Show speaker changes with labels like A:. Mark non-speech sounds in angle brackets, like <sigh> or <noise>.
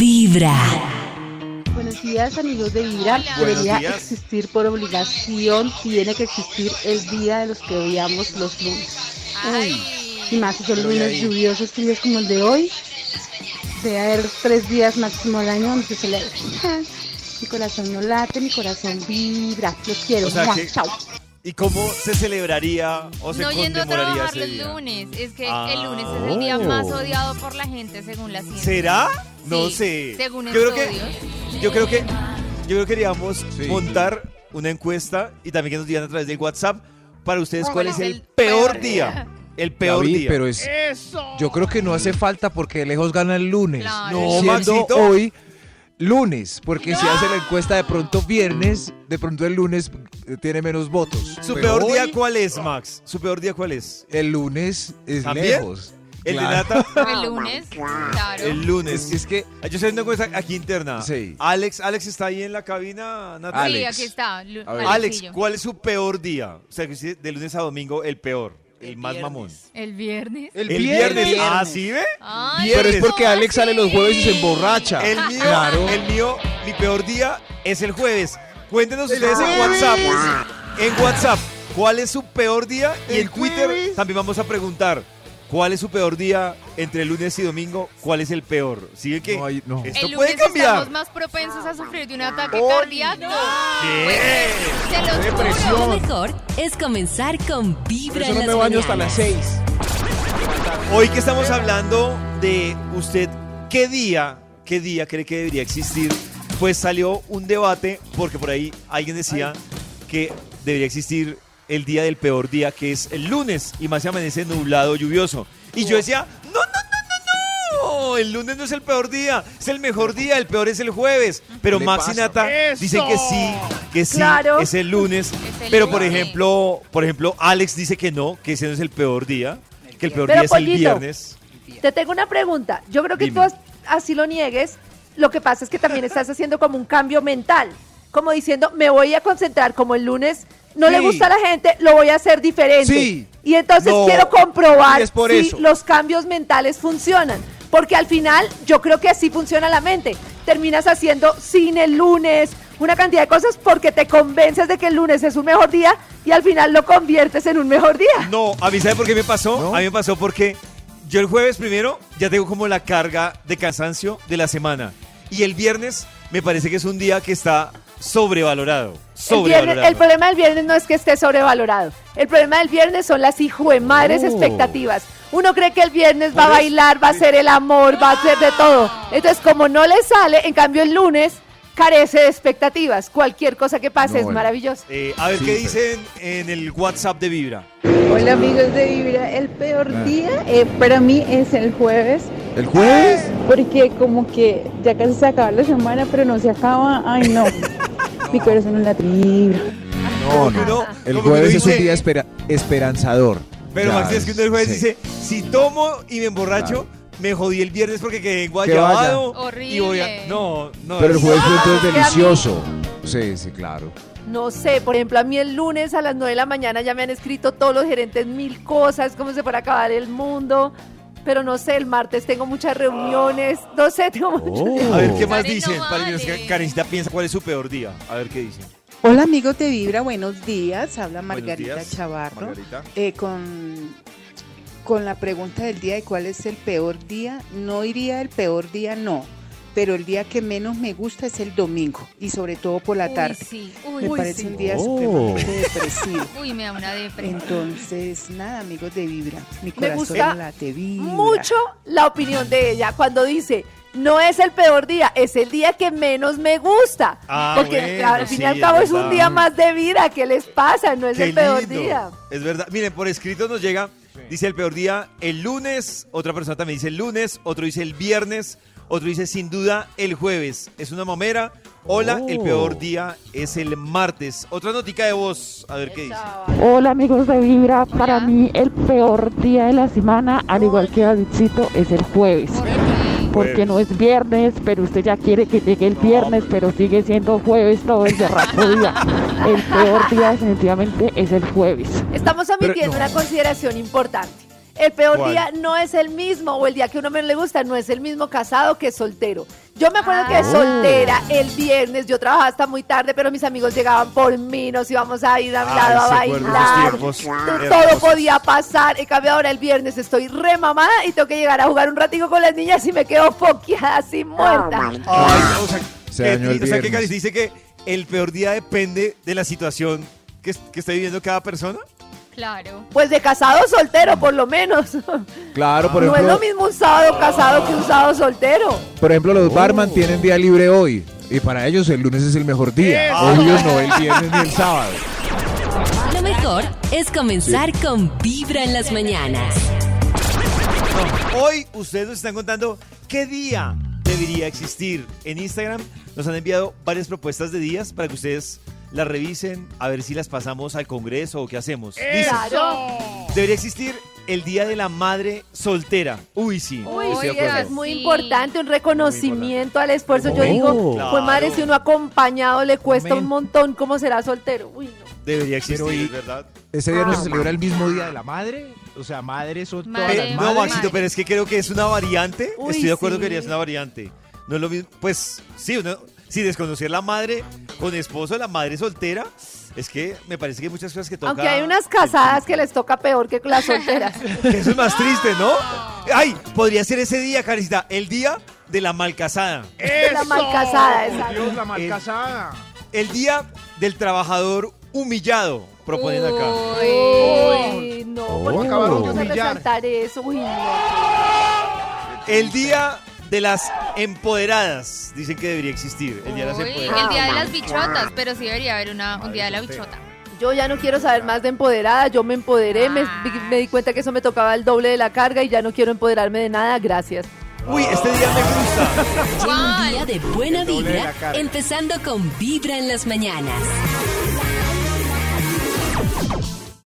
A: Vibra.
B: Buenos días, amigos de Vibra. Debería existir por obligación, tiene que existir el día de los que odiamos los lunes. Uy, y más si son lunes lluviosos, fríos como el de hoy. Debe haber tres días máximo al año donde se celebra. Mi corazón no late, mi corazón vibra. Los quiero.
C: O sea
B: Mua,
C: que-
B: Chao.
C: ¿Y cómo se celebraría o se
D: No yendo a
C: conmemoraría
D: trabajar
C: ese
D: los
C: día?
D: lunes. Es que
C: Ah.
D: el lunes es el día
C: Oh.
D: más odiado por la gente, según la ciencia.
C: ¿Será? No
D: Sí,
C: sé.
D: según
C: yo creo que
D: estudios.
C: yo creo que yo creo que queríamos
E: Sí.
C: montar una encuesta y también que nos digan a través del WhatsApp para ustedes cuál
D: ¿Cuál
C: es
D: es
C: el
D: el
C: peor
D: peor
C: día, el peor
E: David,
C: día.
E: pero es. Yo creo que no hace falta porque de lejos gana el lunes.
D: Claro.
C: No,
E: siendo
C: Maxito.
E: hoy lunes, porque si hace la encuesta de pronto viernes, de pronto el lunes eh, tiene menos votos.
C: ¿Su
E: Pero
C: peor día
E: hoy,
C: cuál es, Max? ¿Su peor día cuál es?
E: El lunes es
C: ¿También?
E: lejos.
C: El
E: Claro.
C: de
D: <laughs>
C: Nata
D: El lunes, claro.
C: el lunes.
E: Es, es que
C: Ah, Yo estoy haciendo cuenta aquí interna.
E: Sí.
C: Alex, Alex está ahí en la cabina, Nata.
E: Alex.
D: Sí, aquí está. Lu-
E: A ver.
C: Alex,
D: Alexillo.
C: ¿cuál es su peor día? O sea, que usted de lunes a domingo el peor, el, más mamón.
D: El viernes.
C: Eh,
E: el,
C: Ah, ¿sí ve?
D: Ay,
C: Viernes.
E: Pero es porque
D: ¿cómo
E: Alex sale los jueves y se
D: así?
E: emborracha.
C: El mío,
E: Claro.
C: el mío, mi peor día es el jueves. Cuéntenos ustedes en WhatsApp. En WhatsApp, ¿cuál es su peor día? Y en Twitter también vamos a preguntar. ¿Cuál es su peor día entre lunes y domingo? ¿Cuál es el peor? ¿Sigue que
E: No hay- no.
C: esto
D: El
C: puede
D: lunes
C: cambiar?
D: estamos más propensos a sufrir de un ataque cardíaco.
C: ¿Qué?
D: Se los
E: Depresión.
D: juro.
A: Lo mejor es comenzar con
E: Por
A: Vibra
E: eso
A: en las
E: no me baño hasta las
A: mañanas.
E: 6.
C: Hoy que estamos hablando de usted, ¿qué día, qué día cree que debería existir? Pues salió un debate porque por ahí alguien decía que debería existir el día del peor día, que es el lunes, y más se amanece nublado, lluvioso. Y yo decía, no, no, no, no, no, el lunes no es el peor día, es el mejor día, el peor es el jueves. Pero
E: ¿Qué le
C: Max y
E: pasa?
C: Nata dicen que sí, que sí,
B: Claro.
C: es el lunes.
D: Es el
C: pero por
D: lunes.
C: ejemplo, por ejemplo, Alex dice que no, que ese no es el peor día, que el peor
F: Pero,
C: día es el
F: Pollito,
C: viernes.
F: Te tengo una pregunta. Yo creo que
C: Dime.
F: tú as- así lo niegues. Lo que pasa es que también estás haciendo como un cambio mental. Como diciendo, me voy a concentrar como el lunes. No le
E: Sí.
F: gusta a la gente, lo voy a hacer diferente.
E: Sí.
F: Y entonces
E: No.
F: quiero comprobar
E: Y es por
F: si
E: eso.
F: los cambios mentales funcionan. Porque al final yo creo que así funciona la mente. Terminas haciendo cine el lunes, una cantidad de cosas porque te convences de que el lunes es un mejor día y al final lo conviertes en un mejor día.
C: No, a mí ¿sabe por qué me pasó?
E: ¿No?
C: A mí me pasó porque yo el jueves primero ya tengo como la carga de cansancio de la semana. Y el viernes me parece que es un día que está sobrevalorado.
F: El, viernes-
C: Sobrevalorado.
F: el problema del viernes no es que esté sobrevalorado. El problema del viernes son las hijo de madres
C: Oh.
F: expectativas. Uno cree que el viernes va a
C: Por eso, Ah.
F: bailar, va a
C: sí.
F: hacer el amor, va a hacer de todo. Entonces, como no le sale, en cambio el lunes carece de expectativas. Cualquier cosa que pase
E: No,
F: es
E: bueno.
F: maravilloso.
C: Eh, a ver
E: Sí,
C: qué
E: pero-
C: dicen en el WhatsApp de Vibra.
G: Hola amigos de Vibra, el peor
E: Ah.
G: día eh, para mí es el jueves,
E: ¿El jueves?
G: porque como que ya casi se acaba la semana, pero no se acaba, ay
C: <laughs>
G: no, mi corazón no late. Vibra.
E: No,
C: que uno-
E: no. El
C: como que
E: jueves
C: uno
E: es un
C: dice-
E: día espera- esperanzador.
C: Pero
E: Ya,
C: Maxi, es que uno el jueves
E: sí.
C: dice, si tomo y me emborracho, me jodí el viernes porque quedé guayabado.
D: vaya.
C: y voy a-
D: Horrible.
C: No, no.
E: Pero el
C: es-
E: jueves pronto es
F: Porque a mí-
E: delicioso. Sí, sí, claro.
F: No sé, por ejemplo, a mí el lunes a las 9 de la mañana ya me han escrito todos los gerentes mil cosas, cómo se puede acabar el mundo. Pero no sé, el martes tengo muchas reuniones. No sé,
C: Oh.
F: tengo muchas
C: A ver qué más
D: Karen, no
C: dicen. Para que nos-
D: vale.
C: Karencita piensa cuál es su peor día. A ver qué dicen.
H: Hola amigos de Vibra, buenos días. Habla
C: Buenos
H: Margarita
C: días,
H: Chavarro
E: Margarita.
H: Eh, con, con la pregunta del día de cuál es el peor día. No iría el peor día, no, pero el día que menos me gusta es el domingo y sobre todo por la
D: Uy,
H: tarde.
D: sí.
H: me
D: Uy,
H: parece
D: sí.
H: un día
E: Oh.
H: supremamente depresivo.
D: Uy, me da una depresión.
H: Entonces, nada amigos de Vibra, mi corazón
F: gusta
H: late vibra.
F: mucho la opinión de ella cuando dice no es el peor día, es el día que menos me gusta.
C: Ah,
F: Porque
C: bueno,
F: al fin
C: sí,
F: y al
C: es
F: cabo es, un
C: verdad.
F: día más de vida. ¿Qué les pasa? No es
C: Qué
F: el peor
C: lindo.
F: día.
C: Es verdad. Miren, por escrito nos llega, dice el peor día el lunes, otra persona también dice el lunes, otro dice el viernes, otro dice sin duda el jueves. Es una mamera. Hola,
E: Oh.
C: el peor día es el martes. Otra notica de voz, a ver qué dice.
G: Hola amigos de Vibra,
D: para Hola. mí
G: el peor día de la semana, al igual que Davidcito, es el jueves.
D: Horrible.
C: Porque no
G: es viernes, pero usted ya quiere que llegue el viernes, pero sigue siendo jueves todo el derrato día. El peor día definitivamente es el jueves.
F: Estamos omitiendo una consideración importante. El peor
C: ¿Cuál?
F: día no es el mismo o el día que uno menos le gusta no es el mismo casado que soltero. Yo me acuerdo que
D: Ah.
F: soltera, el viernes yo trabajaba hasta muy tarde, pero mis amigos llegaban por mí, nos íbamos a ir a un lado a
C: Ay, se acuerdan los
F: bailar.
C: tiempos
F: Todo
C: hermosos.
F: podía pasar. En cambio, ahora el viernes estoy remamada y tengo que llegar a jugar un ratico con las niñas y me quedo foqueada así muerta.
C: Ay, o sea,
E: Se
C: que-
E: dañó el
C: Eh, o sea, que
E: viernes.
C: Cari dice que el peor día depende de la situación que, es- que esté viviendo cada persona.
D: Claro.
F: Pues de casado soltero, por lo menos.
E: Claro, por
F: no es
E: ejemplo,
F: lo mismo un sábado casado que un sábado soltero.
E: por ejemplo, los barman tienen día libre hoy. Y para ellos el lunes es el mejor día. Obvio no el viernes ni el sábado.
A: Lo mejor es comenzar con Vibra en las mañanas.
C: Hoy ustedes nos están contando qué día debería existir. En Instagram nos han enviado varias propuestas de días para que ustedes las revisen, a ver si las pasamos al Congreso o qué hacemos. Dice,
F: Claro.
C: debería existir el Día de la Madre Soltera. Uy, sí.
D: Oh.
F: Uy,
C: estoy de
F: sí, eso
C: acuerdo.
F: es muy
D: Sí.
F: importante, un reconocimiento al esfuerzo. Yo digo,
C: Claro.
F: pues madre, si uno acompañado le cuesta un montón, ¿cómo será soltero? Uy, no.
C: Debería existir,
E: Pero y-
C: es ¿verdad?
E: Ese día no se celebra el mismo día de la madre. O sea, madres son todas
D: Madre,
E: las
C: Pero- no,
E: madres.
D: madre.
C: Maxito, pero es que creo que es una variante.
F: Uy,
C: Estoy de acuerdo
F: sí.
C: que es una variante. No es lo mismo. Pues sí, uno, sí, desconocer la madre con esposo, la madre soltera. Es que me parece que hay muchas cosas que toca.
F: Aunque hay unas casadas que les toca peor que las solteras.
C: Que Eso es más triste,
F: <laughs>
C: ¿no? Ay, podría ser ese día, Caricita. El día de la malcasada.
F: De la mal casada, exacto.
E: Dios, la mal casada.
C: El día del trabajador humillado, proponen acá.
D: Uy.
F: Uy, no, porque
E: acabaron
F: vamos
E: de
F: a
E: humillar.
F: resaltar eso. Uy, no.
C: El día de las empoderadas. Dicen que debería existir. El día de las
D: Uy,
C: empoderadas.
D: el día de las bichotas, pero sí debería haber una, un día de la bichota.
F: Yo ya no quiero saber más de empoderada, yo me empoderé, me, me di cuenta que eso me tocaba el doble de la carga y ya no quiero empoderarme de nada, gracias.
C: Uy, este día me gusta.
A: Lleva un día de buena
E: doble de la
A: vibra,
E: carga.
A: empezando con Vibra en las mañanas.